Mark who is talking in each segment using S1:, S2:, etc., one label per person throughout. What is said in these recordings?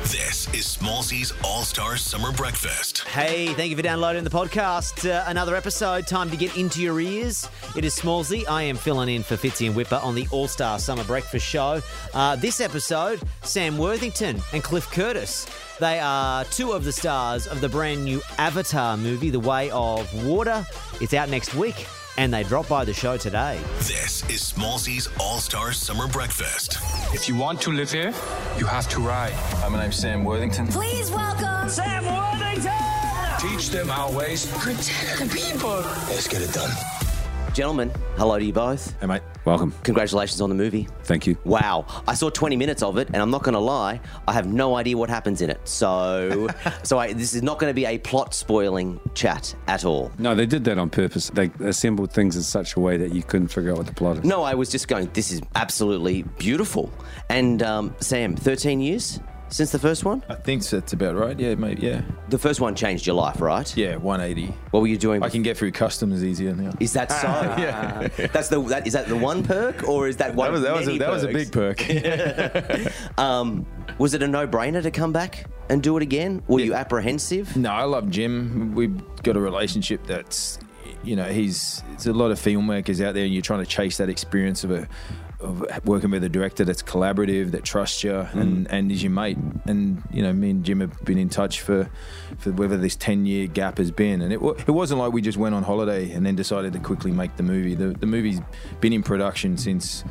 S1: This is Smallsy's All Star Summer Breakfast.
S2: Hey, thank you for downloading the podcast. Uh, another episode, time to get into your ears. It is Smallsy. I am filling in for Fitzy and Whipper on the All Star Summer Breakfast Show. Uh, this episode, Sam Worthington and Cliff Curtis. They are two of the stars of the brand new Avatar movie, The Way of Water. It's out next week, and they drop by the show today.
S1: This is Smallsy's All Star Summer Breakfast.
S3: If you want to live here, you have to ride.
S4: Hi, my name's Sam Worthington.
S5: Please welcome
S6: Sam Worthington!
S3: Teach them our ways.
S5: Protect the people.
S7: Let's get it done.
S8: Gentlemen, hello to you both.
S9: Hey, mate. Welcome.
S8: Congratulations on the movie.
S9: Thank you.
S8: Wow. I saw 20 minutes of it, and I'm not going to lie, I have no idea what happens in it. So, so I, this is not going to be a plot spoiling chat at all.
S9: No, they did that on purpose. They assembled things in such a way that you couldn't figure out what the plot is.
S8: No, I was just going, this is absolutely beautiful. And um, Sam, 13 years? Since the first one?
S4: I think that's about right. Yeah, mate. Yeah.
S8: The first one changed your life, right?
S4: Yeah, 180.
S8: What were you doing?
S4: I can get through customs easier now.
S8: Is that so? yeah. That's the that is that the one perk or is that one?
S4: That was that, was a,
S8: many
S4: that was a
S8: perks?
S4: big perk.
S8: Um, was it a no-brainer to come back and do it again? Were you apprehensive?
S4: No, I love Jim. We've got a relationship that's, you know, he's. It's a lot of filmmakers out there, and you're trying to chase that experience of a, of working with a director that's collaborative, that trusts you, and and is your mate. And you know, me and Jim have been in touch for, for whether this ten year gap has been. And it wa- it wasn't like we just went on holiday and then decided to quickly make the movie. The the movie's been in production since.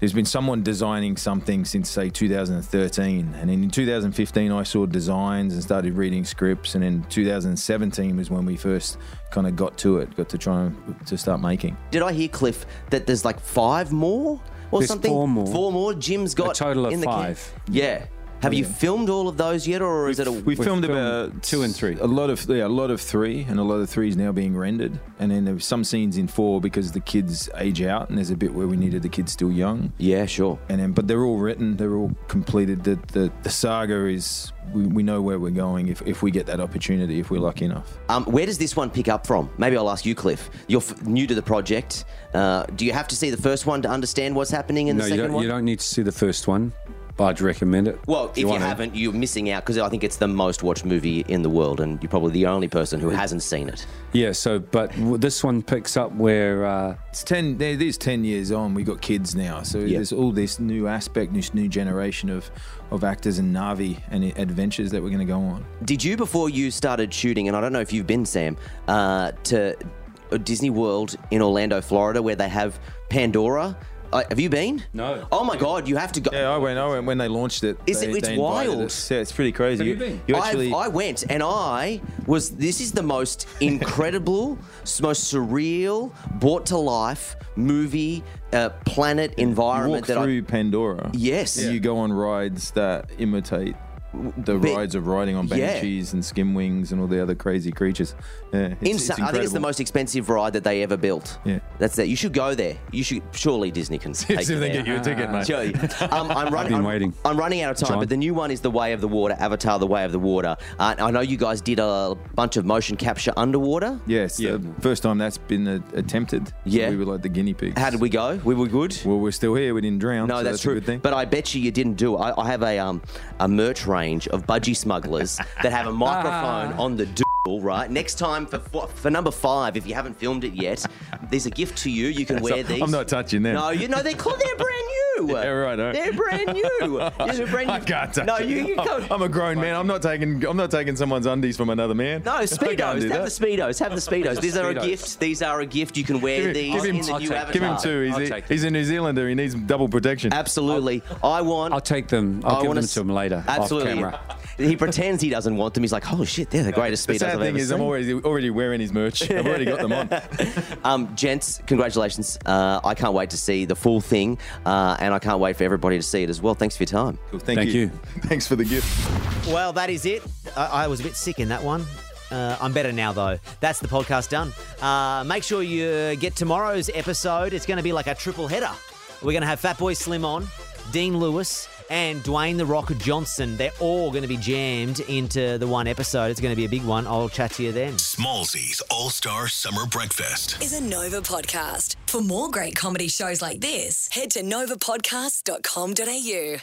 S4: There's been someone designing something since say 2013, and then in 2015 I saw designs and started reading scripts, and then 2017 was when we first kind of got to it, got to try and, to start making.
S8: Did I hear Cliff that there's like five more or
S9: There's
S8: something?
S9: four more.
S8: Four more. Jim's got
S9: total of
S8: in the can-
S9: five.
S8: Yeah. Have you filmed all of those yet, or is it a?
S4: we filmed,
S9: filmed
S4: about
S9: two and three.
S4: A lot of yeah, a lot of three, and a lot of three is now being rendered. And then there were some scenes in four because the kids age out, and there's a bit where we needed the kids still young.
S8: yeah, sure.
S4: And then, but they're all written, they're all completed. The the, the saga is we, we know where we're going if, if we get that opportunity, if we're lucky enough.
S8: Um, where does this one pick up from? Maybe I'll ask you, Cliff. You're f- new to the project. Uh, do you have to see the first one to understand what's happening in
S9: No,
S8: the
S9: you
S8: second
S9: don't,
S8: one?
S9: you don't need to see the first one, but I'd recommend it.
S8: Well, if you,
S9: want to.
S8: haven't, you're missing out because I think it's the most watched movie in the world, and you're probably the only person who hasn't seen it.
S9: Yeah, so, but w- this one picks up where. Uh,
S4: It's ten. It is ten years on. We got kids now, so there's all this new aspect, this new generation of of actors and Navi and adventures that we're going to go on.
S8: Did you, before you started shooting, and I don't know if you've been, Sam, uh, to Disney World in Orlando, Florida, where they have Pandora? Uh, have you been?
S9: No.
S8: Oh my God, you have to go.
S4: Yeah, I went. I went when they launched it.
S8: Is
S4: they,
S8: it- it's
S4: they invited
S8: wild.
S4: us. Yeah, it's pretty crazy.
S9: you been?
S4: you
S8: I've-
S4: actually,
S8: I went and I was. This is the most incredible, s- most surreal, brought to life movie uh, planet
S4: you
S8: environment
S4: walk
S8: that
S4: through Pandora.
S8: Yes.
S4: and you go on rides that imitate the
S8: But-
S4: rides of riding on
S8: Yeah.
S4: banshees and skim wings and all the other crazy creatures. Yeah, it's,
S8: I.
S4: it's
S8: Insa- I think it's the
S4: incredible.
S8: most expensive ride that they ever built.
S4: Yeah.
S8: That's that. You should go there. You should surely Disney can take
S4: See if they
S8: you there.
S4: get you a ticket, mate.
S8: Joey, um, I'm, running,
S9: been
S8: I'm,
S9: waiting.
S8: I'm running out of time,
S9: John?
S8: but the new one is The Way of the Water, Avatar The Way of the Water. Uh, I know you guys did a bunch of motion capture underwater.
S4: Yes,
S9: Yeah.
S4: the first time that's been uh, attempted. So
S8: Yeah.
S4: we were like the guinea pigs.
S8: How did we go? We were good?
S4: Well, we're still here. We didn't drown.
S8: No,
S4: so
S8: that's,
S4: a
S8: true.
S4: good thing.
S8: But I bet you you didn't do it. I, I have a um a merch range of budgie smugglers that have a microphone
S4: Ah.
S8: on the doodle, right? Next time for f- for number five, if you haven't filmed it yet, there's a gift to you. You can wear these.
S4: I'm not touching them.
S8: No, you know they're called, they're brand new.
S4: Yeah, right, right.
S8: They're brand new. These are brand new.
S4: I can't touch
S8: no,
S4: it.
S8: you, you
S4: I'm,
S8: can't.
S4: I'm a grown man. I'm not taking. I'm not taking someone's undies from another man.
S8: no,
S4: I can't
S8: speedos. Have
S4: do
S8: the
S4: that.
S8: speedos. Have the speedos. These are a
S9: Speedos.
S8: gift. These are a gift. You can wear
S4: Give him-
S8: these
S4: give him-
S8: in the
S9: I'll
S8: new
S9: take-
S8: avatar.
S4: Give him two. He's
S9: I'll
S4: a,
S9: take
S4: he's a New Zealander. He needs double protection.
S8: Absolutely. I want.
S9: I'll take them. I'll
S8: I
S9: give
S8: wanna
S9: them
S8: s-
S9: to him later.
S8: Absolutely.
S9: Off camera.
S8: He pretends he doesn't want them. He's like, "Holy shit, they're the greatest
S4: the
S8: speedos I've
S4: sad thing
S8: ever
S4: is,
S8: seen."
S4: I'm already already wearing his merch. I've already got them on.
S8: um, gents, congratulations! Uh, I can't wait to see the full thing, uh, and I can't wait for everybody to see it as well. Thanks for your time.
S4: Thank,
S9: Thank you.
S4: Thanks for the gift.
S2: Well, that is it. I, I was a bit sick in that one. Uh, I'm better now, though. That's the podcast done. Uh, make sure you get tomorrow's episode. It's going to be like a triple header. We're going to have Fatboy Slim on, Dean Lewis, and Dwayne The Rock Johnson. They're all going to be jammed into the one episode. It's going to be a big one. I'll chat to you then.
S1: Smallsy's All Star Summer Breakfast.
S5: Is a Nova podcast. For more great comedy shows like this, head to novapodcast.com.au.